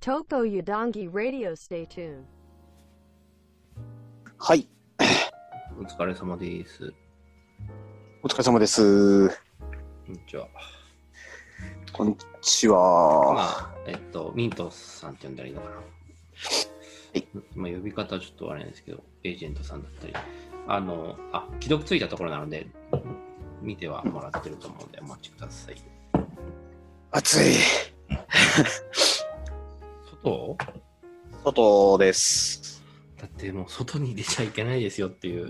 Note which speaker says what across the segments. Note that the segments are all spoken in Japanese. Speaker 1: Toko Yudongi Radio Stay tuned.
Speaker 2: はい、
Speaker 3: お疲れ様です。
Speaker 2: お疲れ様です。
Speaker 3: こんにちは。
Speaker 2: こんにち
Speaker 3: ま
Speaker 2: は。
Speaker 3: あ、えっと、ミントさんって呼んだらいいのかな。
Speaker 2: い
Speaker 3: まあ、呼び方はちょっとあれなんですけど、エージェントさんだったり、あの、あ、既読ついたところなので、見てはもらってると思うので、お待ちください。
Speaker 2: 暑い。
Speaker 3: 外
Speaker 2: 外です。
Speaker 3: だってもう外に出ちゃいけないですよっていう。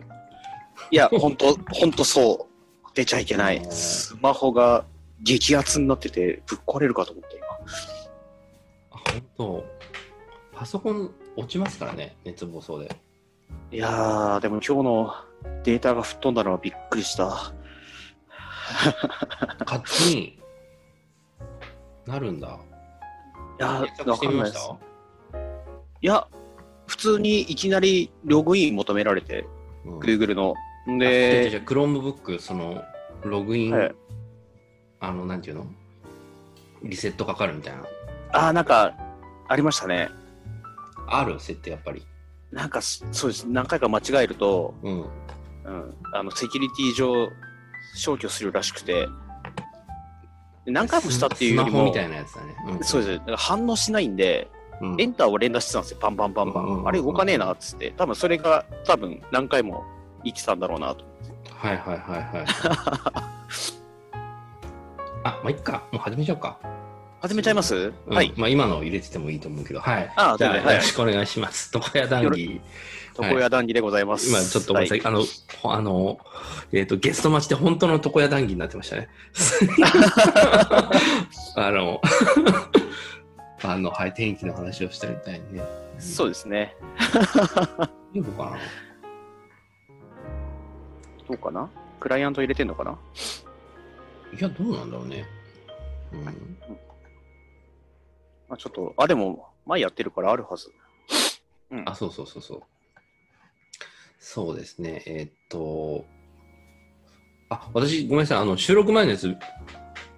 Speaker 2: い や、ほんと、ほんとそう。出ちゃいけない。スマホが激アツになってて、ぶっ壊れるかと思って、
Speaker 3: あ、本当パソコン落ちますからね、熱暴走で。
Speaker 2: 今。いやー、でも今日のデータが吹っ飛んだのはびっくりした。
Speaker 3: 勝手になるんだ。
Speaker 2: いやー、
Speaker 3: 検索
Speaker 2: わ
Speaker 3: して
Speaker 2: か
Speaker 3: み
Speaker 2: ん
Speaker 3: ま
Speaker 2: ない
Speaker 3: し
Speaker 2: で
Speaker 3: た
Speaker 2: す。いや、普通にいきなりログイン求められて、
Speaker 3: うん
Speaker 2: Google の。ん
Speaker 3: で、
Speaker 2: で、
Speaker 3: じゃクロームブック、その、ログイン、
Speaker 2: はい
Speaker 3: あの、なんていうのリセットかかるみたいな。
Speaker 2: あー、なんか、ありましたね。
Speaker 3: ある設定、やっぱり。
Speaker 2: なんかそ、そうです。何回か間違えると、
Speaker 3: うん。
Speaker 2: うん、あのセキュリティ上消去するらしくてで何回もしたっていうより
Speaker 3: スマホ
Speaker 2: も
Speaker 3: みたいなやつだね。うん。
Speaker 2: そうですだから反応しないんで、
Speaker 3: うん
Speaker 2: エンターを連打してたんですよパンパンパンパン、
Speaker 3: うんうんうんうん
Speaker 2: あれ動かねえなっつって多分それが多分何回も生きてたんだろうなと
Speaker 3: はいはい はいはい。あ、まあ、いっか。もう始めちゃおうか。
Speaker 2: 始めちゃいます、
Speaker 3: うん
Speaker 2: はい
Speaker 3: まあ、今のを入れててもいいと思うけど、はい。
Speaker 2: あ
Speaker 3: じ
Speaker 2: 全
Speaker 3: ゃあ、よ
Speaker 2: 然はい
Speaker 3: ろしくお願いします。床屋談義。
Speaker 2: 床屋談義でございます、
Speaker 3: 今、ちょっとごめんなさい。
Speaker 2: は
Speaker 3: あの、ほあの、えっ、と、ゲスト待ちで本当の床屋談義になって ましたね。あの、 あの、はい、天気の話をしたみたいにね。
Speaker 2: そうですね
Speaker 3: いいのかな
Speaker 2: どうかなクライアント入れてんのかない
Speaker 3: や、どうなんだろうね。うん。
Speaker 2: まあちょっとあでも前やってるからあるはずうん
Speaker 3: あ、そうそうそうそう。そうですね。えーっと、あ、私、ごめんなさい。あの、収録前のやつ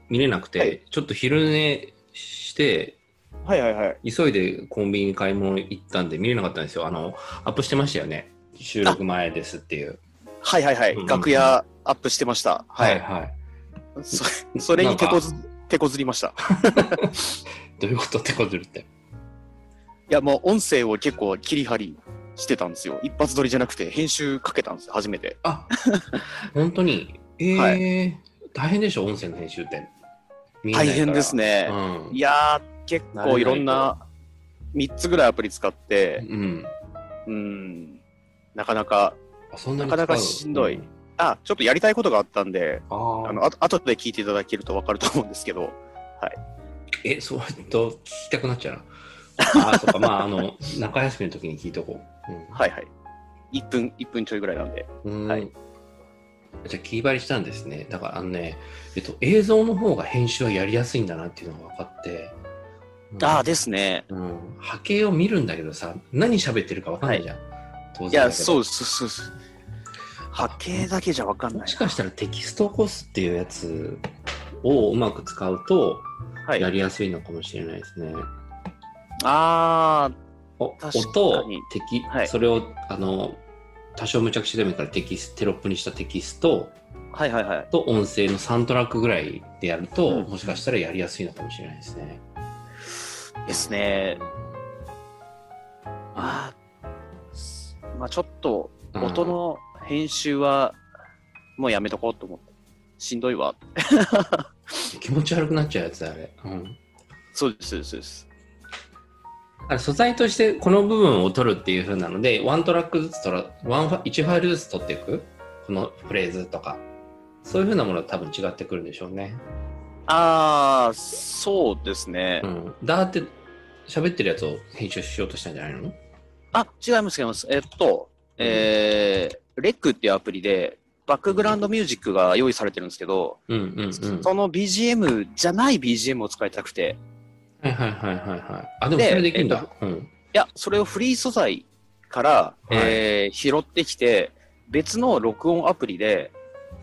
Speaker 3: 見れなくて、
Speaker 2: はい
Speaker 3: ちょっと昼寝して、
Speaker 2: はいはいはい
Speaker 3: 急いでコンビニに買い物行ったんで見れなかったんですよ。あの、アップしてましたよね。収録前ですっていう。
Speaker 2: はいはいはい、
Speaker 3: うんうん
Speaker 2: 楽屋アップしてましたはい、
Speaker 3: はい。
Speaker 2: そそれに手こず手こずりました
Speaker 3: どういうことってことるって。
Speaker 2: いや、もう音声を結構切り張りしてたんですよ。一発撮りじゃなくて、編集かけたんですよ、初めて。
Speaker 3: あ、 本当に。えー
Speaker 2: は
Speaker 3: 大変でしょ、音声の編集って。見えな
Speaker 2: 大
Speaker 3: いから
Speaker 2: 変です。ね。
Speaker 3: うん
Speaker 2: い。やー、結構いろん
Speaker 3: 慣れ
Speaker 2: な、3つぐらいアプリ使って、
Speaker 3: うん。
Speaker 2: うん、なかなか、
Speaker 3: あそんなに
Speaker 2: なかなか
Speaker 3: 使う
Speaker 2: しんどい
Speaker 3: うん
Speaker 2: あ、ちょっとやりたいことがあったんで、
Speaker 3: あー
Speaker 2: あの、あ後で聞いていただけるとわかると思うんですけど、
Speaker 3: え、そうえっと聞きたくなっちゃうな。あー、そっか、まあ、あの、中休みの時に聞いとこう。うん
Speaker 2: はいはい。1分、1分ちょいぐらいなんで。
Speaker 3: うーん
Speaker 2: はい
Speaker 3: じゃあ、切り張りしたんですね。だから、あのね、えっと、映像の方が編集はやりやすいんだなっていうのが分かって。うん
Speaker 2: あー、ですね。
Speaker 3: うん、波形を見るんだけどさ、何喋ってるか分かんないじゃん。当
Speaker 2: いや、
Speaker 3: だけど
Speaker 2: そうそうそうそう。波形だけじゃわかん
Speaker 3: も
Speaker 2: ない
Speaker 3: し。かしたらテキストを起こすっていうやつをうまく使うと、
Speaker 2: は
Speaker 3: や
Speaker 2: い。
Speaker 3: りやすいのかもしれないですね。
Speaker 2: あ
Speaker 3: お
Speaker 2: 確かに
Speaker 3: 音、テキ、
Speaker 2: はい
Speaker 3: それを、あの、多少無茶苦茶でもいいからテキステロップにしたテキスト
Speaker 2: ー、はいはいはい。
Speaker 3: と音声の3トラックぐらいでやると、
Speaker 2: うん
Speaker 3: もしかしたらやりやすいのかもしれないですね。
Speaker 2: ですね。ま
Speaker 3: あ
Speaker 2: あ、すまあ、ちょっと
Speaker 3: うん
Speaker 2: 音の編集はもうやめとこうと思って。しんどいわ。
Speaker 3: 気持ち悪くなっちゃうやつだあれ。うん
Speaker 2: そうです、そうですそうです。
Speaker 3: あれ素材としてこの部分を取るっていう風なので、ワントラックずつ取ら、ワンファ1ファイルずつ取っていく、このフレーズとか、そういう風なものは多分違ってくるんでしょうね。
Speaker 2: ああ、そうですね
Speaker 3: う。ん。だーって、喋ってるやつを編集しようとしたんじゃないの
Speaker 2: あ、違います、違います。えっと、えー、レックっていうアプリで、バックグラウンドミュージックが用意されてるんですけど、
Speaker 3: うんうんうん。
Speaker 2: その BGM じゃない BGM を使いたくて、
Speaker 3: はいはいはいはいはい。あ、でもそれできるんだ。うん。
Speaker 2: いや、それをフリー素材から、
Speaker 3: い
Speaker 2: えー拾ってきて、別の録音アプリで、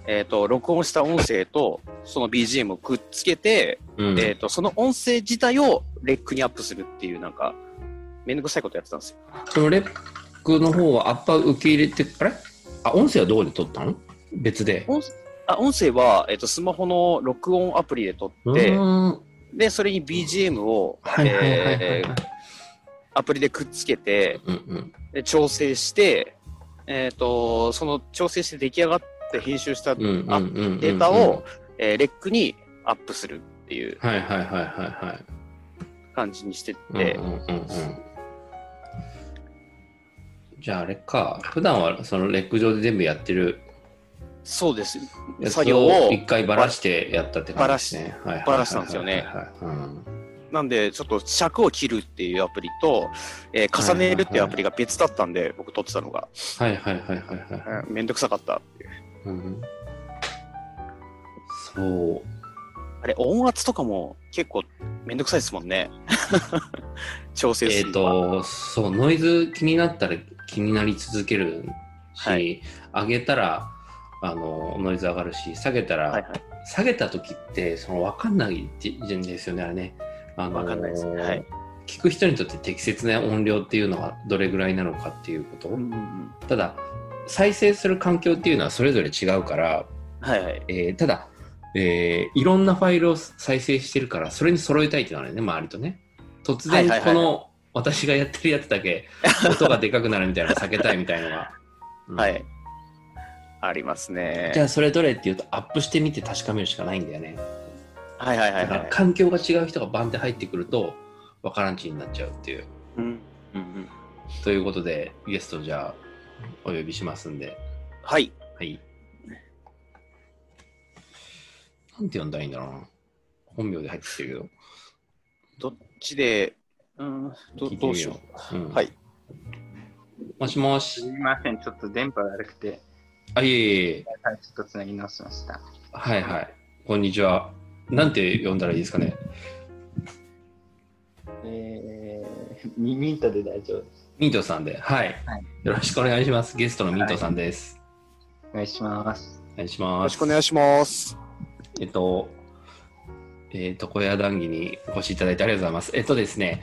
Speaker 2: えっ、と、録音した音声と、その BGM をくっつけて、
Speaker 3: うん
Speaker 2: えっ、と、その音声自体をレックにアップするっていうなんか、めんどくさいことやってたんですよ。
Speaker 3: そのレックの方はアッパー受け入れて、あれあ、音声はどこで撮ったの別で。
Speaker 2: 音あ音声は、えっと、スマホの録音アプリで撮
Speaker 3: う
Speaker 2: って、
Speaker 3: ーん
Speaker 2: で、それに BGM を、
Speaker 3: はいはいはいはい
Speaker 2: え
Speaker 3: は
Speaker 2: ー
Speaker 3: い。
Speaker 2: アプリでくっつけて、
Speaker 3: うんうん。
Speaker 2: で調整して、えっ、と、その調整して出来上がって編集した、
Speaker 3: うんうんうんうんうん
Speaker 2: データを。えーレックにアップするっていう
Speaker 3: はいはいはいはいはい。
Speaker 2: 感じにしてって、
Speaker 3: うんうんうんうん、じゃああれか普段はそのレック上で全部やってる
Speaker 2: そうです。
Speaker 3: やつ
Speaker 2: 作業を
Speaker 3: 一回ばらしてやったって感じですねはいはいはいはいはい
Speaker 2: ばらしたんですよね
Speaker 3: うん
Speaker 2: なんで、ちょっと尺を切るっていうアプリと、えー重ねるっていうアプリが別だったんで、僕撮ってたのが、
Speaker 3: はいはいはいはいはいはい
Speaker 2: うんめんどくさかったっていう。
Speaker 3: うんそう
Speaker 2: あれ、音圧とかも結構めんどくさいですもんね。 調整
Speaker 3: え
Speaker 2: す
Speaker 3: っ、
Speaker 2: るのは。
Speaker 3: とそうノイズ気になったら気になり続けるし、
Speaker 2: はい
Speaker 3: 上げたらあのノイズ上がるし下げたら、
Speaker 2: はいはい。
Speaker 3: 下げた時ってその分かんないじゃんですよねあれね。あのー
Speaker 2: わかんないですねはい
Speaker 3: 聞く人にとって適切な音量っていうのはどれぐらいなのかっていうこと、
Speaker 2: うんうんうん
Speaker 3: ただ再生する環境っていうのはそれぞれ違うから、
Speaker 2: はいはい。
Speaker 3: えーただ、えーいろんなファイルを再生してるからそれに揃えたいっていうのはね周りとね突然
Speaker 2: はいはいはい
Speaker 3: この私がやってるやつだけ 音がでかくなるみたいなの避けたいみたいなのが、うん
Speaker 2: はい。ありますね
Speaker 3: じ。ゃあそれどれっていうとアップしてみて確かめるしかないんだよね
Speaker 2: はいはいは
Speaker 3: だ
Speaker 2: い、
Speaker 3: か
Speaker 2: は
Speaker 3: ら
Speaker 2: い。
Speaker 3: 環境が違う人がバンって入ってくるとわからんちになっちゃうっていう。
Speaker 2: うんうんうん
Speaker 3: ということでゲストをじゃあお呼びしますんで。
Speaker 2: はい。
Speaker 3: はい。なんて呼んだらいいんだろうな。本名で入ってきてる
Speaker 2: どっちで、うん、
Speaker 3: けど。
Speaker 2: どどうしよ
Speaker 3: う。うん、
Speaker 2: はい。
Speaker 3: もしも
Speaker 4: す
Speaker 3: し。
Speaker 4: みません、ちょっと電波悪くて、
Speaker 3: あ、いえいえいえ。
Speaker 4: はい、ちょっとつなぎ直しました。
Speaker 3: はいはい。こんにちは。なんて呼んだらいいですかね。
Speaker 4: えー、ミミントで大丈夫です。
Speaker 3: ミントさんで。はい。
Speaker 4: はい
Speaker 3: よろしくお願いします。ゲストのミントさんです。
Speaker 4: お願いします。
Speaker 3: お願いし
Speaker 2: う。よ
Speaker 3: ま
Speaker 2: ろ
Speaker 3: す
Speaker 2: しく。お願いします。
Speaker 3: えっと、えっと、小屋談義にお越しいただいてありがとうございます。えっとですね、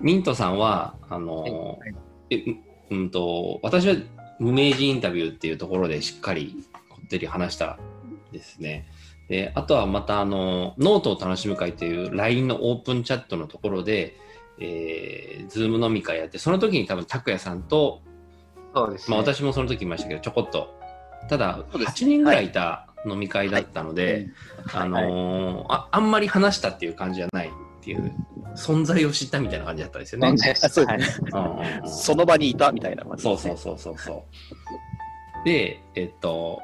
Speaker 3: ミントさんは、あの、
Speaker 4: はい
Speaker 3: えううんと、私は無名人インタビューっていうところでしっかりこってり話したですね。で、あとはまた、あの、ノートを楽しむ会という LINE のオープンチャットのところで、えー、ズーム飲み会やって、その時に多分、拓也さんと
Speaker 4: そうです
Speaker 3: ま
Speaker 4: ね。
Speaker 3: あ、私もその時いましたけど、ちょこっと。ただ、
Speaker 2: そうです
Speaker 3: 8人ぐらいいた飲み会だったので、あのーあ、あんまり話したっていう感じじゃないっていう、存在を知ったみたいな感じだったんですよね。
Speaker 4: 問題
Speaker 2: あそう
Speaker 4: はい
Speaker 3: うんうんうん
Speaker 2: その場にいたみたいな感じ
Speaker 3: そ
Speaker 2: で
Speaker 3: う
Speaker 2: す
Speaker 3: そ
Speaker 2: ね、
Speaker 3: うそうそうそう。で、えっと、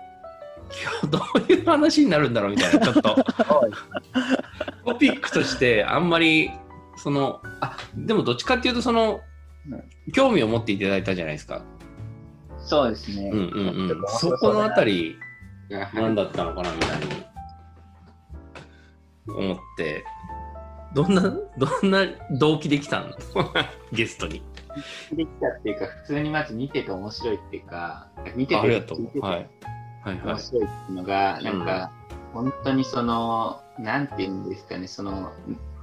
Speaker 3: 今日どういう話になるんだろうみたいな、ちょっ と。トピックとして、あんまり、その、あ、でもどっちかっていうと、その
Speaker 4: うん、
Speaker 3: 興味を持っていただいたじゃないですか。
Speaker 4: そうですね。
Speaker 3: うんうんうん。そこのあたり、
Speaker 4: は
Speaker 3: 何だったのかなみたいに思ってどんなどんな動機できたの ゲストに
Speaker 4: い。できたっていうか、普通にまず見てて面白いっていうか、見てて
Speaker 3: あありがと、
Speaker 4: 聞いうてて
Speaker 3: はい、はいはい
Speaker 4: 面白いっていうのが、なんか、本当にその、なんていうんですかね、その、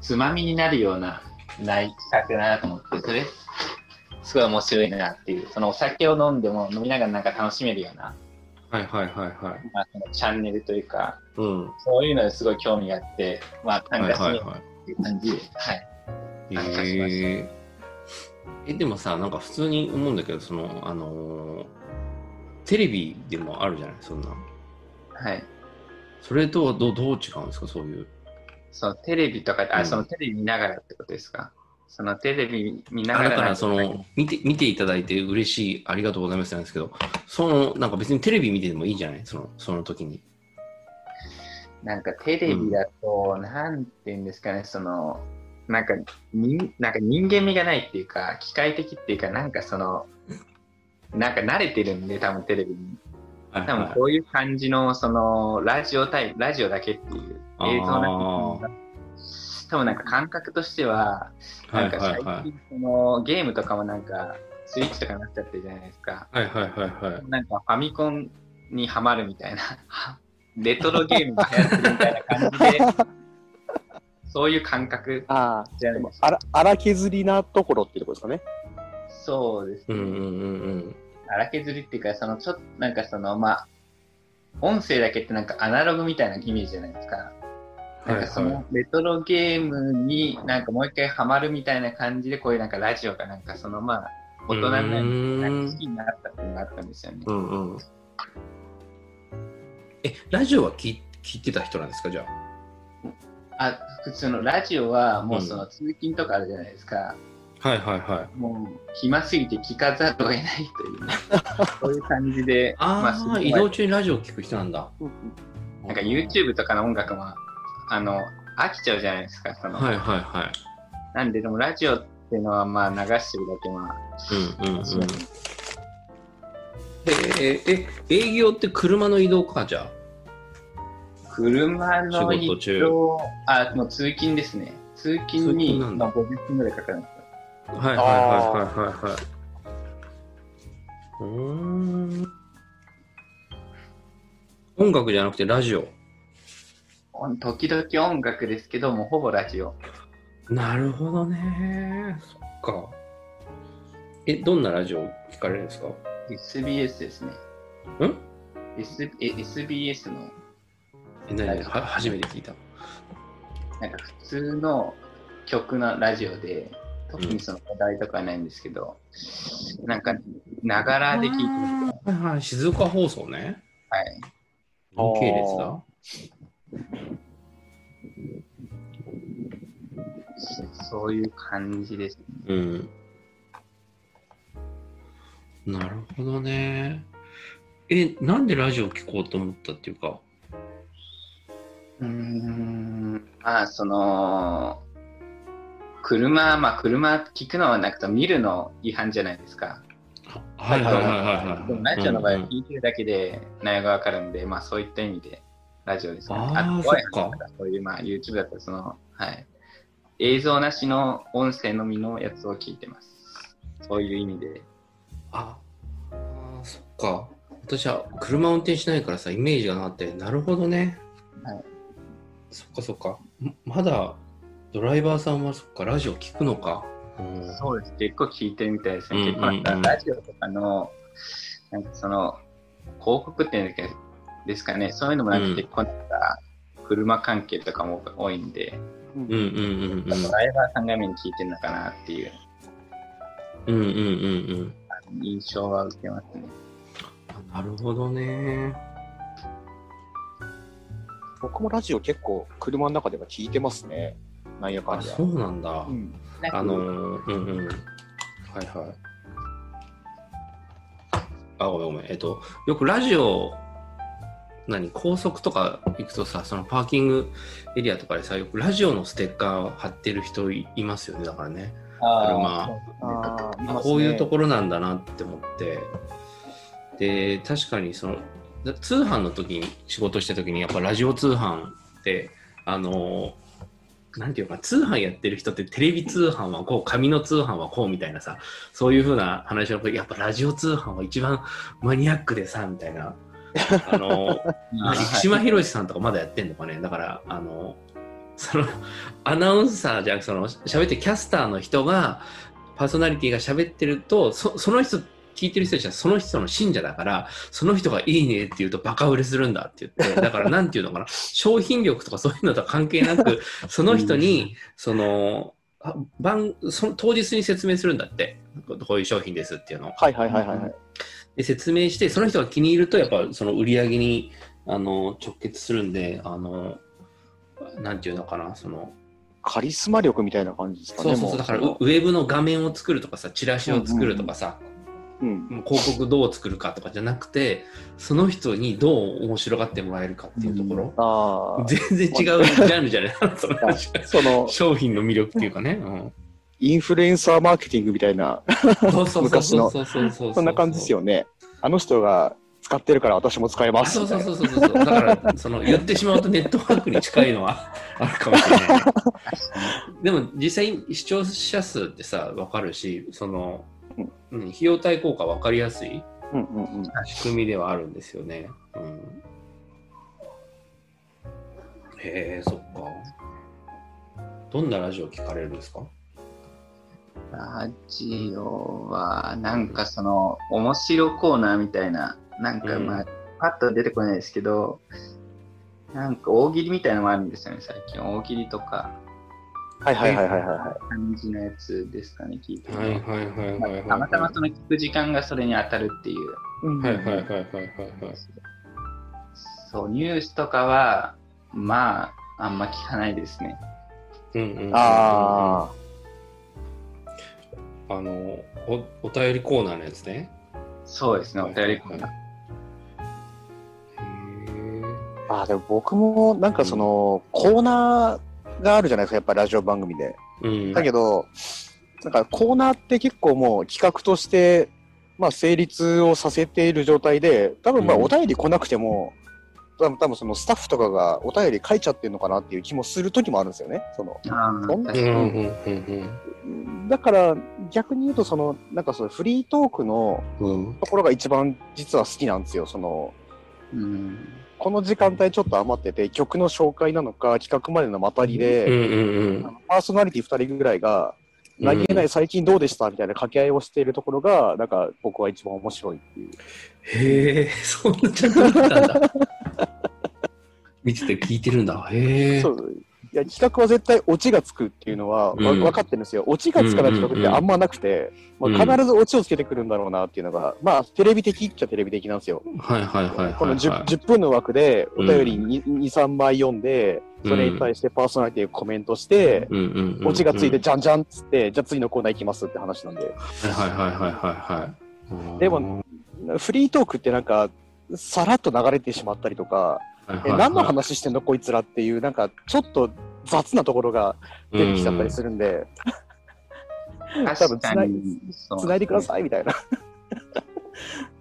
Speaker 4: つまみになるような内企画だなと思って、それ、すごい面白いなっていう、そのお酒を飲んでも飲みながらなんか楽しめるような、
Speaker 3: はいはいはいはい
Speaker 4: まあ、そのチャンネルというか、
Speaker 3: うん
Speaker 4: そういうのですごい興味があって、まあ、参
Speaker 3: は
Speaker 4: 加
Speaker 3: いはい
Speaker 4: してみよう
Speaker 3: は
Speaker 4: っていう感じで、はい。
Speaker 3: い
Speaker 4: 参加しました
Speaker 3: えーえでもさなんか普通に思うんだけどそのあのーテレビでもあるじゃないそんな
Speaker 4: はい。
Speaker 3: それとはどうどう違うんですかそういう
Speaker 4: そのテレビとかで、
Speaker 3: う
Speaker 4: あ、
Speaker 3: ん
Speaker 4: そのテレビ見ながらってことですかそのテレビ見な
Speaker 3: あ
Speaker 4: がら
Speaker 3: だ
Speaker 4: なん
Speaker 3: からその見て見ていただいて嬉しいありがとうございますなんですけどそのなんか別にテレビ見ててもいいじゃないそのその時に
Speaker 4: なんかテレビだと、なんて言うんですかね、その、なんか、になんか人間味がないっていうか、機械的っていうか、なんかその、なんか慣れてるんで、多分テレビに。
Speaker 3: はい
Speaker 4: 多分こういう感じの、その、ラジオタイプ、ラジオだけっていう
Speaker 3: あー
Speaker 4: 映像なんか、多分なんか感覚としては、
Speaker 3: は
Speaker 4: ないんか
Speaker 3: はい
Speaker 4: 最
Speaker 3: は
Speaker 4: 近、その、ゲームとかもなんか、スイッチとかになっちゃってるじゃないですか。
Speaker 3: いはいはいはいはい
Speaker 4: なんかファミコンにハ マるみたいな、レトロゲームが流行ってるみたいな感じで、そういう感覚
Speaker 2: あ
Speaker 4: じゃ
Speaker 2: あ、
Speaker 4: な
Speaker 2: で
Speaker 4: い
Speaker 2: も
Speaker 4: ですか。
Speaker 2: 荒荒削りなところっていうところですかね。
Speaker 4: そうです
Speaker 3: う
Speaker 4: ね。
Speaker 3: んうんうんうん。
Speaker 4: 荒削りっていうか、そのちょっとなんかそのまあ、音声だけってなんかアナログみたいなイメージじゃないですか。なんかそのレトロゲームになんかもう一回ハマるみたいな感じで、こういうなんかラジオがなんかそのまあ、大人になるなんか好きになったっていうのがあったんですよね。
Speaker 3: うんうん。え、ラジオは聞い聞いてた人なんですかじゃあ。
Speaker 4: あ、普通のラジオはもうその通勤とかあるじゃないですか。
Speaker 3: はいはいはい。
Speaker 4: もう暇すぎて聞かざるを得ないとい う、ね、そういう感じで、
Speaker 3: あ
Speaker 4: す
Speaker 3: あ、
Speaker 4: ごい
Speaker 3: 移動中にラジオ聞く人なんだ。
Speaker 4: なんか YouTube とかの音楽も、あの、飽きちゃうじゃないですか。その
Speaker 3: はいはいは
Speaker 4: なんで、でもラジオっていうのはまあ流してるだけまあ、
Speaker 3: い。うんうんうん。で、え、え営業って車の移動かじゃあ。
Speaker 4: 車の
Speaker 3: 仕
Speaker 4: 移
Speaker 3: 事中
Speaker 4: 動、あ、もう通勤ですね。通勤
Speaker 3: 通
Speaker 4: に、
Speaker 3: 勤なんだ
Speaker 4: まあ、50分ぐらいかかるんですよ。
Speaker 3: はいはいはいはいはいはい。うーん。音楽じゃなくてラジオ。
Speaker 4: お時々音楽ですけども、ほぼラジオ。
Speaker 3: なるほどね。そっか。え、どんなラジオ聞かれるんですか
Speaker 4: SBS ですね。
Speaker 3: ん
Speaker 4: S え ?SBS の、
Speaker 3: え、何々は初めて聞いた。
Speaker 4: なんか普通の曲のラジオで、特にその話題とかはないんですけど、なんか、ながらで聞いてる。
Speaker 3: はいはい、静岡放送ね。
Speaker 4: はい。
Speaker 3: 時系列だ。
Speaker 4: そういう感じですね。
Speaker 3: うん。なるほどね。え、なんでラジオ聞こうと思ったっていうか。
Speaker 4: うーんまあその車まあ車聞くのはなくて見るの違反じゃないですか。
Speaker 3: はいはいはいはい。
Speaker 4: でもラジオの場合
Speaker 3: うんう
Speaker 4: は
Speaker 3: ん
Speaker 4: 聞いてるだけで内容がわかるんで、まあそういった意味でラジオですね。
Speaker 3: あーそ
Speaker 4: と
Speaker 3: っか
Speaker 4: 怖い話とそういうまあ YouTube だったらそのはい映像なしの音声のみのやつを聞いてます。そういう意味で。
Speaker 3: ああー、そっか。私は車運転しないからさ、イメージがなくて、なるほどね。
Speaker 4: はい。
Speaker 3: そっかそっか。ままだドライバーさんはそっか、ラジオ聞くのか。うん
Speaker 4: そうです。結構聞いてるみたいです
Speaker 3: うん
Speaker 4: ね。結構なんか
Speaker 3: うんうん
Speaker 4: ラジオとかの、なんかその、広告っていうんですかですかね、そういうのもなくて、
Speaker 3: う
Speaker 4: こうなんか、車関係とかも多いんで、
Speaker 3: うんうんうんうん。
Speaker 4: ドライバーさんが目に聞いてるのかなっていう
Speaker 3: うんうんうんうん。
Speaker 4: 印象は受けますね。
Speaker 3: あなるほどね。
Speaker 2: 僕もラジオ結構車の中では聞いてますね。なんやか
Speaker 3: あ、
Speaker 2: んや。
Speaker 3: そうなんだ。
Speaker 2: うん
Speaker 3: あのー、うんうん。はいはい。あ、ごめんごめん。えっと、よくラジオ、何、高速とか行くとさ、そのパーキングエリアとかでさ、よくラジオのステッカーを貼ってる人いいますよね、だからね。
Speaker 4: あ
Speaker 3: 車
Speaker 4: ー
Speaker 2: あー
Speaker 3: あこういうと
Speaker 2: こ
Speaker 3: ころなんだなって思ってで確かにそのだ通販の時に仕事した時にやっぱラジオ通販ってあのなんていうか通販やってる人ってテレビ通販はこう紙の通販はこうみたいなさそういうふうな話のことやっぱラジオ通販は一番マニアックでさみたいなあの
Speaker 4: あ
Speaker 3: 生
Speaker 4: ー
Speaker 3: 島ひろしさんとかまだやってんのかねだからあのそのアナウンサーじゃなくてその喋ってるキャスターの人がパーソナリティが喋ってるとそその人聞いてる人たちはその人の信者だからその人が「いいね」って言うとバカ売れするんだって言ってだからなんていうのかな商品力とかそういうのとは関係なくその人にそのあ番その当日に説明するんだってここういう商品ですっていうのを。
Speaker 2: はいはいはいはいはい。
Speaker 3: で説明してその人が気に入るとやっぱその売り上げにあの直結するんであのなんていうのかなその
Speaker 2: カリスマ力みたいな感じですか
Speaker 3: そ
Speaker 2: ね。
Speaker 3: うそうそうだからウ
Speaker 2: も
Speaker 3: ウェブの画面を作るとかさチラシを作るとかさ、
Speaker 2: うん。
Speaker 3: もう広告どう作るかとかじゃなくてその人にどう面白がってもらえるかっていうところ、
Speaker 2: ああ。
Speaker 3: 全然違うジャンルじゃない その話
Speaker 2: その、
Speaker 3: 商品の魅力っていうかね、うん、
Speaker 2: インフルエンサーマーケティングみたいな、
Speaker 3: そうそうそう
Speaker 2: 昔
Speaker 3: そ
Speaker 2: の
Speaker 3: うそうそうそうう
Speaker 2: そんな感じですよね。あの人が使ってるから私も使えます
Speaker 3: そう
Speaker 2: みた
Speaker 3: そ
Speaker 2: いうな。
Speaker 3: そうそうそうだからその言ってしまうとネットワークに近いのは あるかもしれないでも実際に視聴者数ってさ分かるしその、
Speaker 2: うん
Speaker 3: うん費用対効果分かりやすい
Speaker 2: うんうんうん。
Speaker 3: 仕組みではあるんですよね、うん、へえそっかどんなラジオ聞かれるんですか
Speaker 4: ラジオは、なんかその、面白コーナーみたいな、なんかまあ、
Speaker 3: うん
Speaker 4: パッと出てこないですけど、なんか大喜利みたいなのもあるんですよね、最近。大喜利とか、
Speaker 2: はいはいはいはいは
Speaker 4: 感じのやつですかね、聞いてるの
Speaker 3: はいはいはい
Speaker 4: ま
Speaker 3: は
Speaker 4: あ
Speaker 3: いはい。
Speaker 4: たまたまその聞く時間がそれに当たるっていう。
Speaker 3: はいはいはいはいはいはい。
Speaker 4: そう、ニュースとかは、まあ、あんま聞かないですね。
Speaker 3: うんうんうんうん
Speaker 2: い。あ
Speaker 3: あのお、お便りコーナーのやつね。
Speaker 4: そうですね、お便りコーナー。
Speaker 2: あ。ああ、でも僕もなんかその、コーナーがあるじゃないですか、やっぱりラジオ番組で。
Speaker 3: へーうん。
Speaker 2: だけど、なんかコーナーって結構もう企画として、まあ成立をさせている状態で、多分まあ
Speaker 3: うん
Speaker 2: お便り来なくても、多分多分そのスタッフとかがお便り書いちゃってるのかなっていう気もする時もあるんですよね。その
Speaker 4: あー
Speaker 2: うん
Speaker 4: 確か
Speaker 3: うん
Speaker 4: に
Speaker 3: うんうん
Speaker 2: だから逆に言うとそのなんかそのフリートークの
Speaker 3: うんうん。
Speaker 2: ところが一番実は好きなんですよ。その
Speaker 4: うん。
Speaker 2: この時間帯ちょっと余ってて曲の紹介なのか企画までのまたりで、
Speaker 3: うんうん
Speaker 2: あのパーソナリティ2人ぐらいが
Speaker 3: うん。。
Speaker 2: 何気ないい最近どうでしたみたいな掛け合いをしているところがなんか僕は一番面白いっていう。
Speaker 3: へえ、そんなちゃんと見てたん だ。見てて聞いてるんだ。へえ。
Speaker 2: そういや企画は絶対オチがつくっていうのは、わ
Speaker 3: うん
Speaker 2: 分かってるんですよ。オチがつかない企画ってあんまなくて、
Speaker 3: うん
Speaker 2: まあ、必ずオチをつけてくるんだろうなっていうのが、まあテレビ的っちゃテレビ的なんですよ。
Speaker 3: はいはいはいはいはい。
Speaker 2: この 10, 10分の枠でお便りに 2,、3枚読んで、それに対してパーソナリティがコメントして、
Speaker 3: うんうんうんうん
Speaker 2: オチがついて、じゃんじゃんっつって、じゃあ次のコーナー行きますって話なんで。
Speaker 3: はいはいはいはいはいはい。
Speaker 2: でも、フリートークってなんか、さらっと流れてしまったりとか、
Speaker 3: はいはい
Speaker 2: え
Speaker 3: はい、
Speaker 2: 何の話してんのこいつらっていう、なんかちょっと雑なところが出てきちゃったりするんで、多分
Speaker 4: 確
Speaker 2: つ
Speaker 4: か
Speaker 2: ない
Speaker 4: に。そう
Speaker 2: 繋いでくださいみたいな。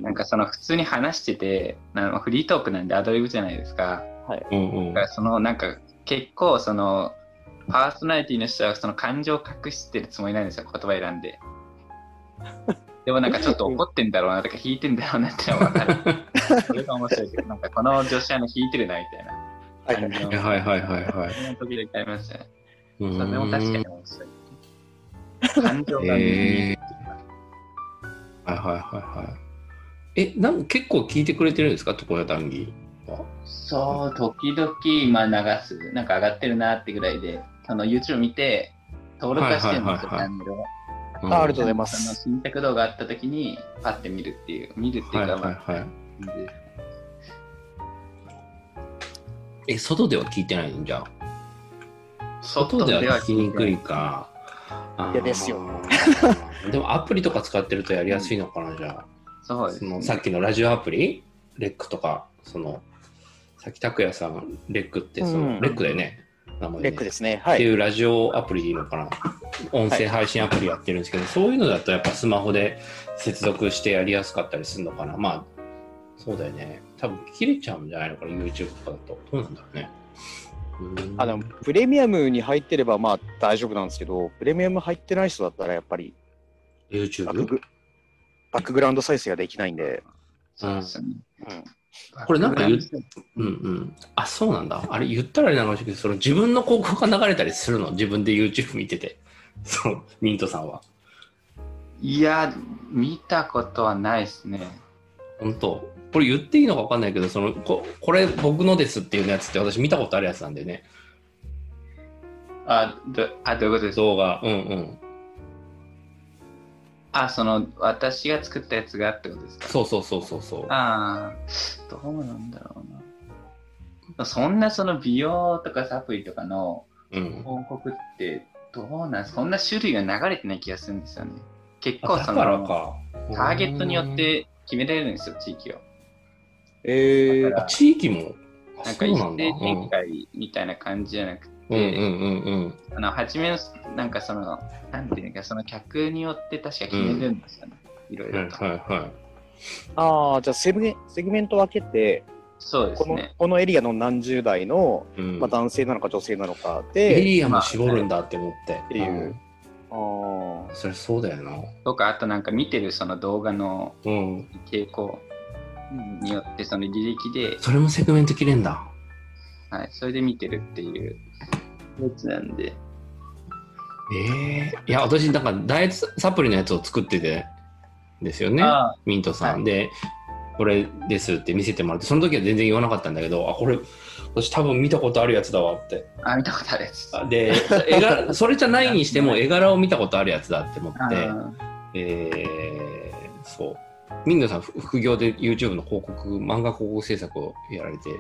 Speaker 4: なんかその普通に話してて、なんかフリートークなんでアドリブじゃないですか。
Speaker 3: うんうん
Speaker 4: だからそのなんか結構そのパーソナリティの人はその感情を隠してるつもりなんですよ、言葉選 んで。でもなんかちょっと怒ってんだろうなとか引いてんだろうなっての は分かる。それが面白いけど、なんかこの女子アナ引いてるなみたいな
Speaker 2: はい
Speaker 4: 感じの。
Speaker 3: はいはいはいはい。
Speaker 4: そんな時々ありますよね。
Speaker 3: それ
Speaker 4: それも確かに面白い。感情が見える
Speaker 3: はいはいはいはい。え、なん結構聞いてくれてるんですか、床屋談義。
Speaker 4: そう、時々今流す、なんか上がってるなってぐらいで、その YouTube 見て、登録はしてるんですよ、チ
Speaker 3: はいはいはいはい
Speaker 4: ャンネルを。
Speaker 3: うん
Speaker 2: あありがとうございます
Speaker 4: その新着動画あった時に、パッて見るっていう、見るっていう
Speaker 3: は
Speaker 4: か、
Speaker 3: い
Speaker 4: ま
Speaker 3: は
Speaker 4: あ
Speaker 3: いはい。え、外では聞いてないんじゃあ。外では聞きにくい。か。あー
Speaker 2: いやですよ。
Speaker 3: でもアプリとか使ってるとやりやすいのかな、じゃあ。
Speaker 4: そうです
Speaker 3: その
Speaker 4: ね。
Speaker 3: さっきのラジオアプリ、レックとか、その、さっき拓也さん、レックってその、
Speaker 2: うん
Speaker 3: レックだよね、名前ね
Speaker 2: レックですね。は
Speaker 3: って
Speaker 2: い。
Speaker 3: いうラジオアプリでいいのかな、音声配信アプリやってるんですけど、そういうのだとやっぱスマホで接続してやりやすかったりするのかな、まあ、そうだよね、多分切れちゃうんじゃないのかな、YouTube とかだと、どうなんだろうね。うーん
Speaker 2: あの、プレミアムに入ってればまあ大丈夫なんですけど、プレミアム入ってない人だったらやっぱり
Speaker 3: YouTube?
Speaker 2: バックグバックグラウンド再生ができないんで、
Speaker 4: そうですね。
Speaker 3: これなんか言う
Speaker 4: バックグラウンド
Speaker 3: うんうん。あ、そうなんだ。あれ言ったらあれなんかもしれないけど、その自分の広告が流れたりするの、自分で YouTube 見てて、そのミントさんは。
Speaker 4: いや、見たことはないですね。
Speaker 3: 本当これ言っていいのか分かんないけど、そのここれ僕のですっていうやつって私見たことあるやつなんだよね。
Speaker 4: あ、どあどういうことですか
Speaker 3: 動画。うんうん。
Speaker 4: あ、その、私が作ったやつがってことですか
Speaker 3: そうそうそうそうそう。
Speaker 4: ああ、どうなんだろうな。そんなその美容とかサプリとかの
Speaker 3: うん、
Speaker 4: 広告ってどうなんそんな種類が流れてない気がするんですよね。結
Speaker 3: あ
Speaker 4: 構
Speaker 3: だ
Speaker 4: そ
Speaker 3: から
Speaker 4: の
Speaker 3: か。
Speaker 4: ターゲットによって決められるんですよ、地域を。
Speaker 2: え
Speaker 4: だ
Speaker 2: ー
Speaker 3: う
Speaker 4: か
Speaker 3: ん。あ
Speaker 4: ら
Speaker 3: 地域も。あ
Speaker 4: なん
Speaker 3: そ
Speaker 4: か
Speaker 3: う
Speaker 4: 一
Speaker 3: なんだ。
Speaker 4: 定展開みたいな感じじゃなく
Speaker 3: うんうんうん
Speaker 4: て、
Speaker 3: うん
Speaker 4: あの、初めの、なんかその、なんていうか、その客によって確か決めるんですよね。いろい
Speaker 3: うん。はい
Speaker 4: ろと。
Speaker 3: はいはい。
Speaker 2: ああ、じゃあセグメセグメント分けて、
Speaker 4: そうで
Speaker 2: こ
Speaker 4: す
Speaker 2: の
Speaker 4: ね。
Speaker 2: このエリアの何十代の、
Speaker 3: うん
Speaker 2: まあ、男性なのか女性なのか
Speaker 3: エ
Speaker 2: で、
Speaker 3: リアも絞るんだって思って。
Speaker 2: っていうあ
Speaker 3: う
Speaker 2: ー
Speaker 3: んそれそうだよな。
Speaker 4: とか、あとなんか見てるその動画の
Speaker 3: うん。
Speaker 4: 傾向
Speaker 2: うん
Speaker 4: によって、その履歴で、
Speaker 3: それもセグメント切れんだ。
Speaker 4: はい、それで見てるっていうやつなんで、
Speaker 3: ええいや、私、なんか、ダイエットサプリのやつを作ってて、ですよね。
Speaker 4: ああ
Speaker 3: ミントさん、
Speaker 4: は
Speaker 3: で、これですって見せてもらって、その時は全然言わなかったんだけど、あ、これ、私多分見たことあるやつだわって。
Speaker 4: あ、見たことあるやつ。
Speaker 3: あで、絵柄、それじゃないにしても、絵柄を見たことあるやつだって思って、
Speaker 4: あ
Speaker 3: えー、そう。ミントさん、副副業で YouTube の広告、漫画広告制作をやられてい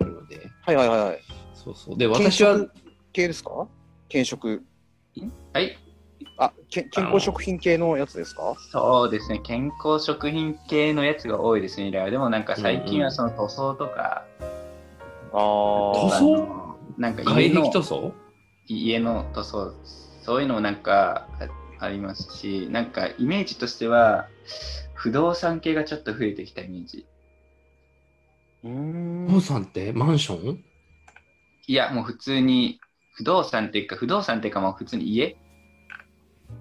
Speaker 3: るので、
Speaker 2: はいはいはいはい。
Speaker 3: そうそう。で、私は、
Speaker 2: 健食系ですか健食。
Speaker 4: はい。
Speaker 2: あ、け健康食品系のやつですか
Speaker 4: そうですね。健康食品系のやつが多いですね、依頼はでもなんか最近はその塗装とか、
Speaker 2: あー
Speaker 3: 塗装
Speaker 4: あのなんか
Speaker 3: 外
Speaker 4: 家の
Speaker 3: 壁塗装
Speaker 4: 家の塗装そういうのもなんかあありますしなんかイメージとしては不動産系がちょっと増えてきたイメージ
Speaker 2: うーん
Speaker 3: お父さんってマンション
Speaker 4: いやもう普通に不動産っていうか不動産っていうかもう普通に家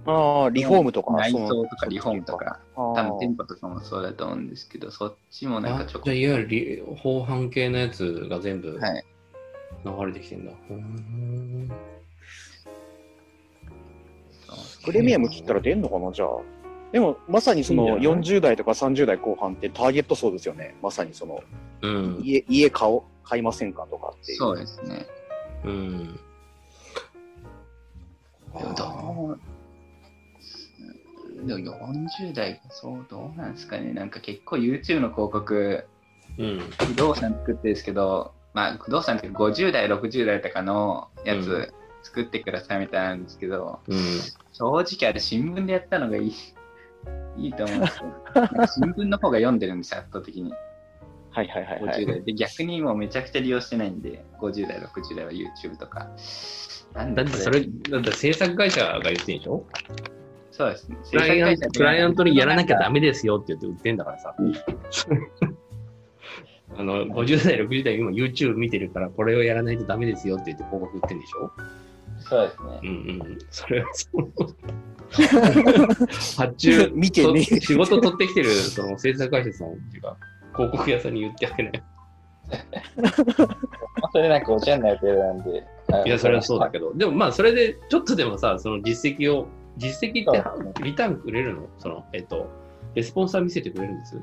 Speaker 2: ああ、リフォームとか。
Speaker 4: 内
Speaker 2: その
Speaker 4: 装とかリフォームと。か
Speaker 2: あー
Speaker 4: 多分店舗とかもそうだと思うんですけどそっちもなんか
Speaker 3: あ
Speaker 4: ちょこ
Speaker 3: じゃあいわゆるり法犯系のやつが全部
Speaker 4: はい
Speaker 3: 流れてきてんだ、うーん
Speaker 2: プレミアム切ったら出んのかな、じゃあ。でも、まさにそ
Speaker 3: いい
Speaker 2: の
Speaker 3: んじゃない
Speaker 2: 40代とか30代後半ってターゲット層ですよね。まさにその、
Speaker 3: うん、
Speaker 2: 家、家買おう、買いませんかとかっていう。
Speaker 4: そうですね
Speaker 3: うん、
Speaker 4: でもどうもでも40代そうどうなんですかねなんか結構 YouTube の広告
Speaker 3: うん
Speaker 4: 不動産作ってるんですけど、まあ、不動産っていうか50代、60代とかのや
Speaker 3: う
Speaker 4: つ
Speaker 3: ん
Speaker 4: 作ってくださいみたいなんですけど、
Speaker 3: うん
Speaker 4: 正直あれ新聞でやったのがいい、 いいと思うんですよ。なんか新聞の方が読んでるんですよ、圧倒的に。
Speaker 2: はいはいはい、は
Speaker 4: 50
Speaker 2: い。、
Speaker 4: 代。で、逆にもうめちゃくちゃ利用してないんで、50代、60代は YouTube とか。なん
Speaker 3: だ
Speaker 4: で
Speaker 3: って
Speaker 4: こ
Speaker 3: それ、だって制作会社が言ってんでしょ
Speaker 4: そうですね。
Speaker 3: クライアン
Speaker 4: 制作会社って
Speaker 3: クライアントにやらなきゃダメですよって言って売ってんだからさ。 あの50代、60代、今 YouTube 見てるから、これをやらないとダメですよって言って広告売ってんでしょ
Speaker 4: そうですね
Speaker 3: う。んうん。それはそ の、発注
Speaker 2: 見てね
Speaker 3: と仕事取ってきてる、その制作会社さんっていうか、広告屋さんに言ってあげない。
Speaker 4: それなんかお茶になる程度なんで。
Speaker 3: いや、それはそうだけど。でもまあ、それで、ちょっとでもさ、その実績を、実績
Speaker 4: そう
Speaker 3: っ
Speaker 4: ですね
Speaker 3: てリターンくれるのその、えっと、レスポンサー見せてくれるんです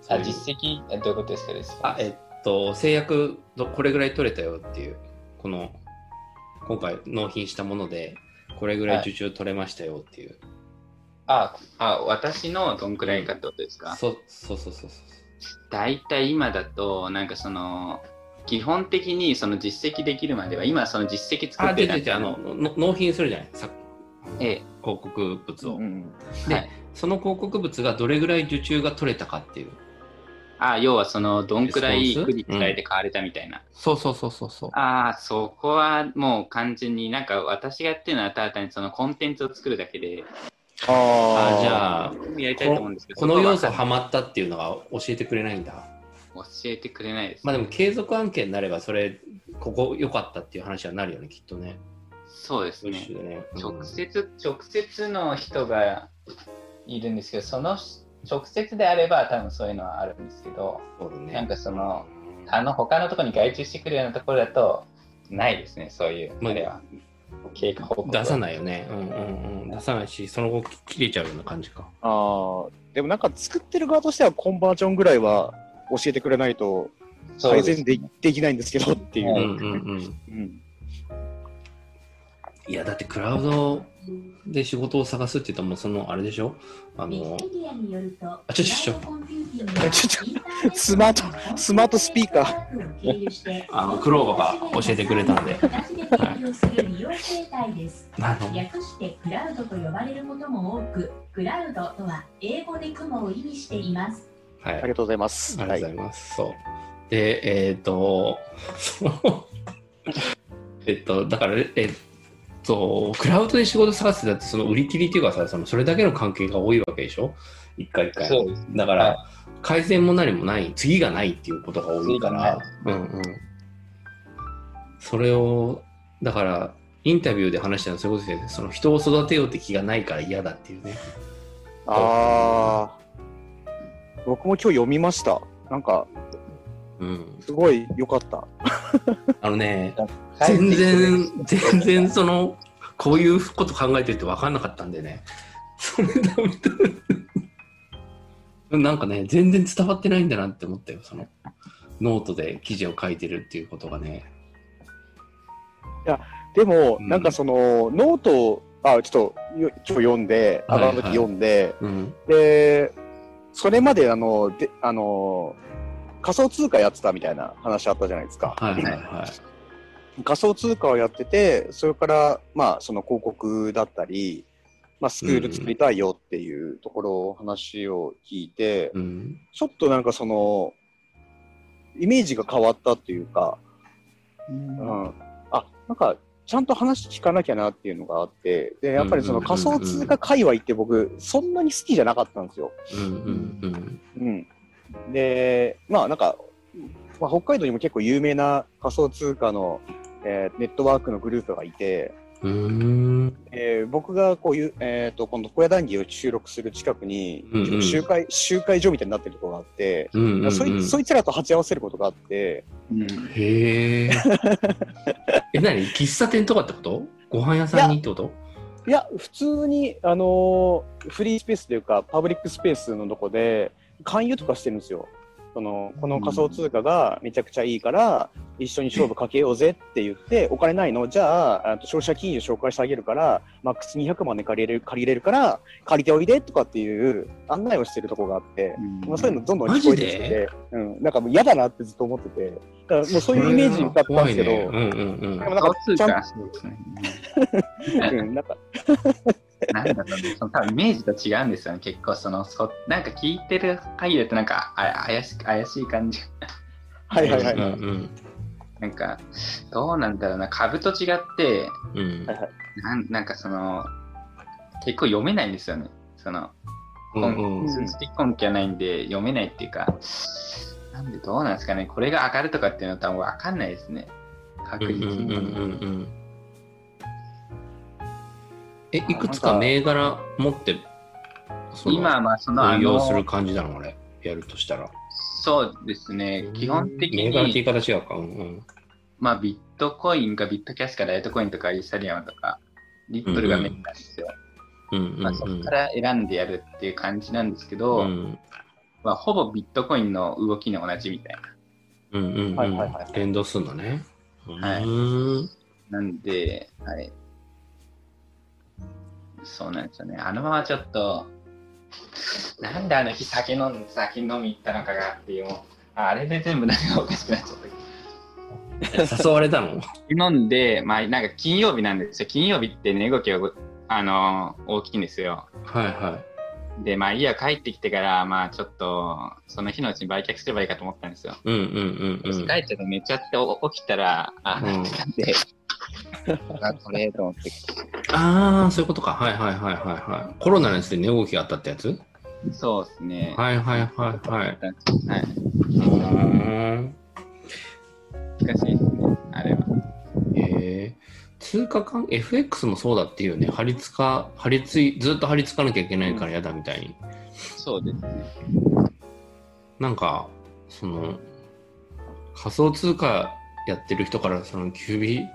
Speaker 3: そういう
Speaker 4: 績、どういうことですかです
Speaker 3: あ、えっと、制約ど、これぐらい取れたよっていう、この、今回納品したもので、これぐらい受注取れましたよっていう。
Speaker 4: ああ、私のどんくらいかってことですか、
Speaker 3: そそうそうそうそう。
Speaker 4: 大体今だと、なんかその、基本的にその実績できるまでは、今その実績作
Speaker 3: あ、
Speaker 4: っ
Speaker 3: 違う
Speaker 4: て
Speaker 3: 違う違う、あの、の納品するじゃないさ
Speaker 4: ええ、
Speaker 3: 広告物を。
Speaker 2: うん
Speaker 3: で
Speaker 4: はい
Speaker 3: その広告物がどれぐらい受注が取れたかっていう。
Speaker 4: あ要はその、どんくら
Speaker 3: レス
Speaker 4: い
Speaker 3: ポンス
Speaker 4: クリックされて買われたみたいな。
Speaker 3: そうそうそうそうそう。
Speaker 4: ああ、そこはもう完全になんか私がやってるのはただ単にそのコンテンツを作るだけで、
Speaker 2: あー
Speaker 3: あじゃあ
Speaker 4: やりたいと思うんですけど、
Speaker 3: この要
Speaker 4: そ
Speaker 3: 素
Speaker 4: こは
Speaker 3: ハマったっていうのが教えてくれないんだ。
Speaker 4: 教えてくれないです、
Speaker 3: まあでも継続案件になればそれここ良かったっていう話はなるよねきっとね。
Speaker 4: そうです
Speaker 3: ブッ
Speaker 4: ね
Speaker 3: シ。ュでね。うん
Speaker 4: 直接、直接の人がいるんですけど、その直接であれば多分そういうのはあるんですけど、
Speaker 3: そうだね。
Speaker 4: なんかそのあの他のところに外注してくるようなところだとないですね、そういう、
Speaker 3: まあ
Speaker 4: あれは。経過報告
Speaker 3: 出さ
Speaker 4: な
Speaker 3: な
Speaker 4: い。
Speaker 3: いよね。うんうんうん。出さないし、その後切れちゃうような感じか。
Speaker 2: あーでもなんか作ってる側としてはコンバージョンぐらいは教えてくれないと
Speaker 4: そう
Speaker 2: 改
Speaker 4: で
Speaker 2: 善
Speaker 4: す
Speaker 2: でできないんですけどっていう。
Speaker 3: う
Speaker 4: は
Speaker 3: ん
Speaker 4: い
Speaker 3: うんうん。
Speaker 2: うん
Speaker 3: いや、だってクラウドで仕事を探すって言ったらもうそのあれでしょあの、
Speaker 5: あ、
Speaker 3: あち
Speaker 5: ち
Speaker 3: ょ
Speaker 5: ょ
Speaker 3: ち
Speaker 5: ち
Speaker 3: ょ
Speaker 5: ょ
Speaker 3: ち
Speaker 5: ち
Speaker 3: ょ
Speaker 5: ょ。
Speaker 2: ちスマートスマートスピーカ
Speaker 5: ー。
Speaker 3: あのクローバーが教えてくれたんで
Speaker 5: はい。
Speaker 3: あの
Speaker 5: 略してクラウドと呼ばれることも多く、クラウドとは英語で雲を意味しています。
Speaker 3: はい。
Speaker 2: ありがとうございます。
Speaker 3: ありがとうござ
Speaker 2: はい
Speaker 3: ます。そう。で、えっ、と、 そうえっと、だから、えっと、クラウドで仕事探すってだって、その売り切りっていうかさ、そのそれだけの関係が多いわけでしょ一回一回。
Speaker 4: そうですね
Speaker 3: だから、
Speaker 4: はい
Speaker 3: 改善も何もない、次がないっていうことが多いか
Speaker 4: 次が
Speaker 3: ら
Speaker 4: な、
Speaker 3: うんうん。それを、だから、インタビューで話したのはそういうことですよね。その人を育てようって気がないから嫌だっていうね。
Speaker 2: い、あー僕も今日読みました。なんか
Speaker 3: うん。
Speaker 2: すごい良かった。
Speaker 3: あのね、
Speaker 4: はい
Speaker 3: 全然、全然その、こういうこと考えてるって分かんなかったんでね。それダメだ。なんかね、全然伝わってないんだなって思ったよ。その、ノートで記事を書いてるっていうことがね。
Speaker 2: でも、
Speaker 3: うん
Speaker 2: なんかその、ノートを、あ、ちょっと、よちょっと読んで、
Speaker 3: は
Speaker 2: あ
Speaker 3: いはい
Speaker 2: の時読んで、
Speaker 3: うん。
Speaker 2: で、それまであの、で、あの、仮想通貨やってたみたいな話あったじゃないですか。
Speaker 3: はいはいはい。
Speaker 2: 仮想通貨をやってて、それから、まあ、その広告だったり、まあ、スクール作りたいよっていうところを話を聞いて、
Speaker 3: うん。
Speaker 2: ちょっとなんかその、イメージが変わったっていうか、うん、あなんかちゃんと話聞かなきゃなっていうのがあってでやっぱりその
Speaker 3: うんうんうんうん
Speaker 2: 仮想通貨界隈って僕そんなに好きじゃなかったんですよ。
Speaker 3: うんうんうん。
Speaker 2: うん、でまあなんか、まあ、北海道にも結構有名な仮想通貨の、えーネットワークのグループがいて、
Speaker 3: うーん。
Speaker 2: えー僕がこういう、えー、とこの小屋談義を収録する近くに
Speaker 3: うんうん
Speaker 2: 集会,、集会所みたいになってるところがあって。
Speaker 3: うんうんうん
Speaker 2: そいそいつらと鉢合わせることがあって、
Speaker 4: うん
Speaker 3: へえ。え、何喫茶店とかってことご飯屋さんにってこと
Speaker 2: いや、普通に、あのーフリースペースというか、パブリックスペースのとこで、勧誘とかしてるんですよ。その、この仮想通貨がめちゃくちゃいいから、一緒に勝負かけようぜって言って、お金ないのじゃあ、あと消費者金融紹介してあげるから、マックス200万で借りれる、借りれるから、借りておいでとかっていう案内をしてるとこがあって、まあ、そういうのどんどん聞こえてきて
Speaker 3: マジ
Speaker 2: て、うん、なんかもう嫌だなってずっと思ってて、だからもうそういうイメージだったんですけど、
Speaker 3: 怖いねうんうんうん
Speaker 2: でもなんか
Speaker 4: 共
Speaker 2: ち
Speaker 4: 通
Speaker 2: ゃん
Speaker 4: 感そうですね
Speaker 2: と、うん、なんか、
Speaker 4: なんだろうね、その多分イメージと違うんですよね、結構その、そなんか聞いてる限りだと、なんかあ怪し怪しい感じ、
Speaker 2: はいはいは
Speaker 3: うん
Speaker 2: い。
Speaker 3: うん
Speaker 4: なんか、どうなんだろうな、株と違って、
Speaker 3: うん
Speaker 4: なんなんかその、結構読めないんですよね、その、
Speaker 3: うんうん
Speaker 4: 数字的根拠はないんで、読めないっていうか、なんでどうなんですかね、これが上がるとかっていうのは多分分かんないですね、確実
Speaker 3: うんうんうんうん
Speaker 4: に。
Speaker 3: うんえ、いくつか銘柄持って、その
Speaker 4: 今はまあその、あ
Speaker 3: 運用する
Speaker 4: の、
Speaker 3: 感じなの、あれ。やるとしたら。
Speaker 4: そうですね、基本的
Speaker 3: 銘柄って言
Speaker 4: に、
Speaker 3: い方違うか。うんうん
Speaker 4: まあ、ビットコインかビットキャッシュかライトコインとかイーサリアムとか、リップルがメインなんですよ。
Speaker 3: うんうん
Speaker 4: まあ、そこから選んでやるっていう感じなんですけど、
Speaker 3: うん
Speaker 4: まあ、ほぼビットコインの動きの同じみたい
Speaker 3: うんうんうん
Speaker 2: はいはいはい
Speaker 3: 連動するのね。
Speaker 4: はいう
Speaker 3: ーん
Speaker 4: な。なんで、はい。そうなんですよね。あのままちょっと、なんであの日酒飲ん酒飲み行ったのかがっていう、もうああれで全部なんかおかしくなっちゃった。
Speaker 3: 誘われたの
Speaker 4: 飲んで、まあ、なんか金曜日なんですよ。金曜日って値動きがご、あのー大きいんですよ。
Speaker 3: はいは
Speaker 4: で、まあ、いいや、帰ってきてから、まあ、ちょっと、その日のうちに売却すればいいかと思ったんですよ。
Speaker 3: い。うんうんうんうん
Speaker 4: 帰。っちゃって寝ちゃってお起きたら、あ、
Speaker 3: うん
Speaker 4: なんで、あ、これと思って。
Speaker 3: ああ、そういうことか。はいはいはいはいはい。コロナのやつで値動きがあったってやつ
Speaker 4: そうですね。
Speaker 3: はいはいはいはい。
Speaker 4: い。はい、
Speaker 3: うーん
Speaker 4: 難しいですね、あれは。
Speaker 3: へえ。通貨関 FX もそうだっていうね。張り付か、張り付い、ずっと張り付かなきゃいけないから嫌だみたいに。
Speaker 4: そうですね。
Speaker 3: なんか、その、仮想通貨やってる人から、その QBC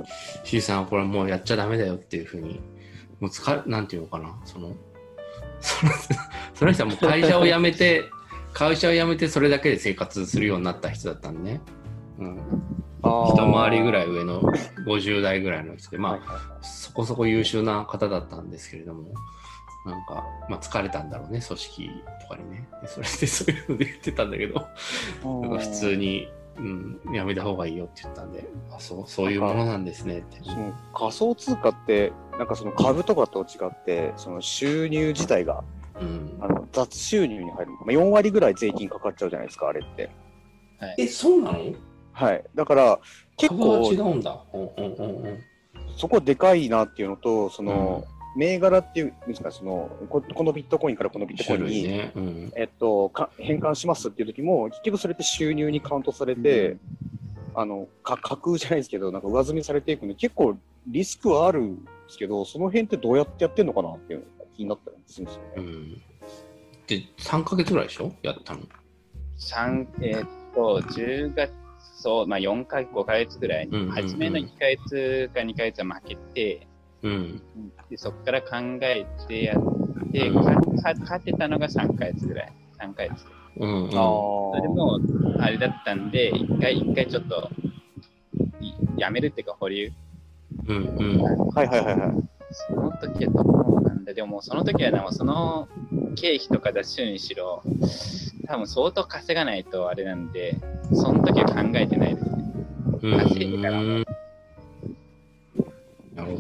Speaker 3: さんはこれもうやっちゃダメだよっていうふうに、もう疲れ、なんていうのかな、その、そのその人はもう会社を辞めて、会社を辞めてそれだけで生活するようになった人だったんでね。うん、一回りぐらい上の50代ぐらいの人で、まあ、そこそこ優秀な方だったんですけれども、なんか、まあ、疲れたんだろうね、組織とかにね。でそれでそういうので言ってたんだけど、なんか普通に、うん、やめた方がいいよって言ったんで、あそうそういうものなんですねって。
Speaker 2: その仮想通貨って、なんかその株とかと違って、その収入自体が
Speaker 3: うん
Speaker 2: あ、の雑収入に入る、まあ、4割ぐらい税金かかっちゃうじゃないですか、あれって。
Speaker 3: え、そうなの
Speaker 2: はい、だから結
Speaker 3: 株は違
Speaker 2: 構
Speaker 3: うんだ。うんうんうんうん。
Speaker 2: そこでかいなっていうのと、その、銘柄っていうんですか、そのここのビットコインからこのビットコ
Speaker 3: 種
Speaker 2: イン
Speaker 3: 類
Speaker 2: に、
Speaker 3: ね。うん。
Speaker 2: えっと、か変換しますっていう時も、結局それって収入にカウントされて、あのか架空じゃないですけど、なんか上積みされていくんで、結構リスクはあるんですけど、その辺ってどうやってやってんのかなっていうのが気になったりするんですよね。
Speaker 3: うん、で、3ヶ月ぐらいでしょやったの。
Speaker 4: 三えーっと、10月、そう、まあ、4か5か月ぐらいに、
Speaker 3: うんうんうん
Speaker 4: 初めの1か月か2か月は負けて、
Speaker 3: うん。
Speaker 4: でそこから考えてやって、
Speaker 3: うん
Speaker 4: かか勝てたのが3ヶ月ぐらい。3ヶ月。
Speaker 3: うん。うん。
Speaker 4: それで
Speaker 2: あ
Speaker 4: もあれだったんで、一回一回ちょっと、いやめるっていうか保留。
Speaker 3: うん。うん。
Speaker 2: あ。はいはいはいはい。
Speaker 4: その時はどうなんだ。でももうその時はなんかその経費とか出しにしろ、多分相当稼がないとあれなんで、その時は考えてないですね。
Speaker 3: うん
Speaker 4: 稼いでから
Speaker 3: なる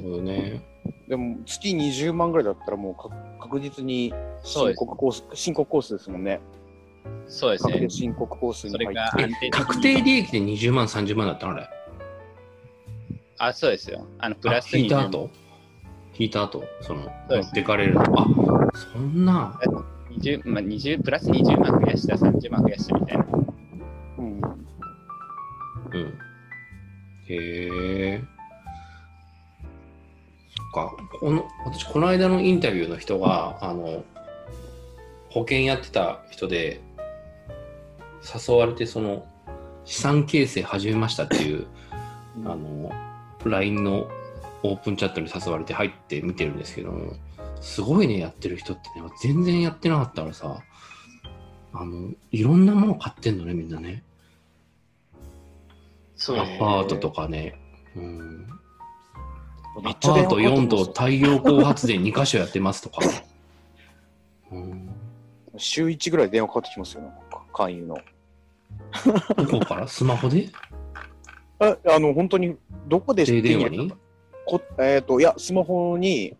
Speaker 3: ほどね。
Speaker 2: でも月20万ぐらいだったらもうか確実に
Speaker 4: そ
Speaker 2: 申
Speaker 4: うです
Speaker 2: 告コース申告コースですもんね。
Speaker 4: そうです
Speaker 2: 確
Speaker 4: ね
Speaker 2: 定。申告コースに
Speaker 4: そ
Speaker 2: 入
Speaker 4: れ
Speaker 2: っ
Speaker 4: が
Speaker 2: て。
Speaker 3: え
Speaker 4: 安定的に
Speaker 3: 確定利益で20万、30万だったのあれ。
Speaker 4: あ、そうですよ。あの、プ
Speaker 3: あ
Speaker 4: ラス
Speaker 3: 引いた
Speaker 4: 20
Speaker 3: 後引いた後その、
Speaker 4: そ
Speaker 3: 持
Speaker 4: うです
Speaker 3: ってかれるの。あそんな。
Speaker 4: 20まあ、20プラス20万増やした、30万増やしたみたいな。
Speaker 2: うん
Speaker 3: うん。へえ。そっか。この、私、この間のインタビューの人が、あの、保険やってた人で、誘われて、その、資産形成始めましたっていう、あの、LINE のオープンチャットに誘われて入って見てるんですけども、すごいね、やってる人ってね、全然やってなかったからさ、あの、いろんなもの買ってんのね、みんなね。
Speaker 4: そ
Speaker 3: アパートとかね、うん、
Speaker 2: め
Speaker 3: ア
Speaker 2: っちゃ
Speaker 3: パ
Speaker 2: 電話
Speaker 3: ート
Speaker 2: かかって
Speaker 3: 4
Speaker 2: きま
Speaker 3: 棟
Speaker 2: す
Speaker 3: 太陽光発電2箇所やってますとか、うん、
Speaker 2: 週1ぐらい電話かかってきますよ、ね、勧誘の。
Speaker 3: どこからスマホで
Speaker 2: ああの本当にどこで手
Speaker 3: 停電
Speaker 2: に
Speaker 3: 話
Speaker 2: 入れ
Speaker 3: に
Speaker 2: たこえっ、といやスマホに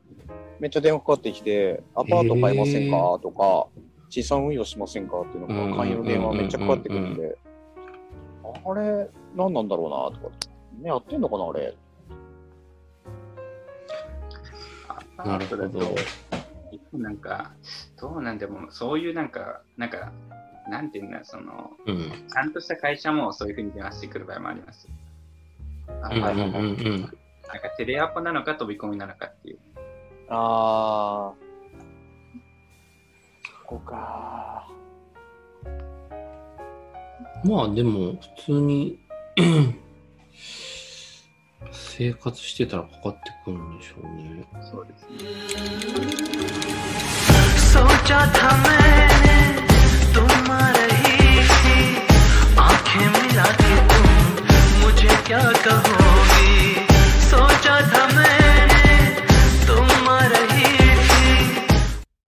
Speaker 2: めっちゃ電話かかってきてアパート買いませんか、
Speaker 3: へー
Speaker 2: とか資産運用しませんかっていうのが勧誘の電話めっちゃかかってくるんで、あれ何なんだろうなとか、ね、やってんのかなあれ。
Speaker 3: なるほど。
Speaker 4: なんか、どうなんでも、そういうなんか、なんか、なんていうんだ、その、
Speaker 3: うん
Speaker 4: ちゃんとした会社もそういうふうに電話してくる場合もあります。あ
Speaker 3: うんうん
Speaker 4: はい
Speaker 3: うんうん
Speaker 4: なんかテレアポなのか飛び込みなのかっていう。
Speaker 2: あーここか
Speaker 3: まあでも普通に 生活してたらかかってくるんでしょうね。
Speaker 4: そうですね。
Speaker 6: सोचा था मैंने तुम्हारे ही सी आंखें मिला के तुम मुझे क्या कहोगी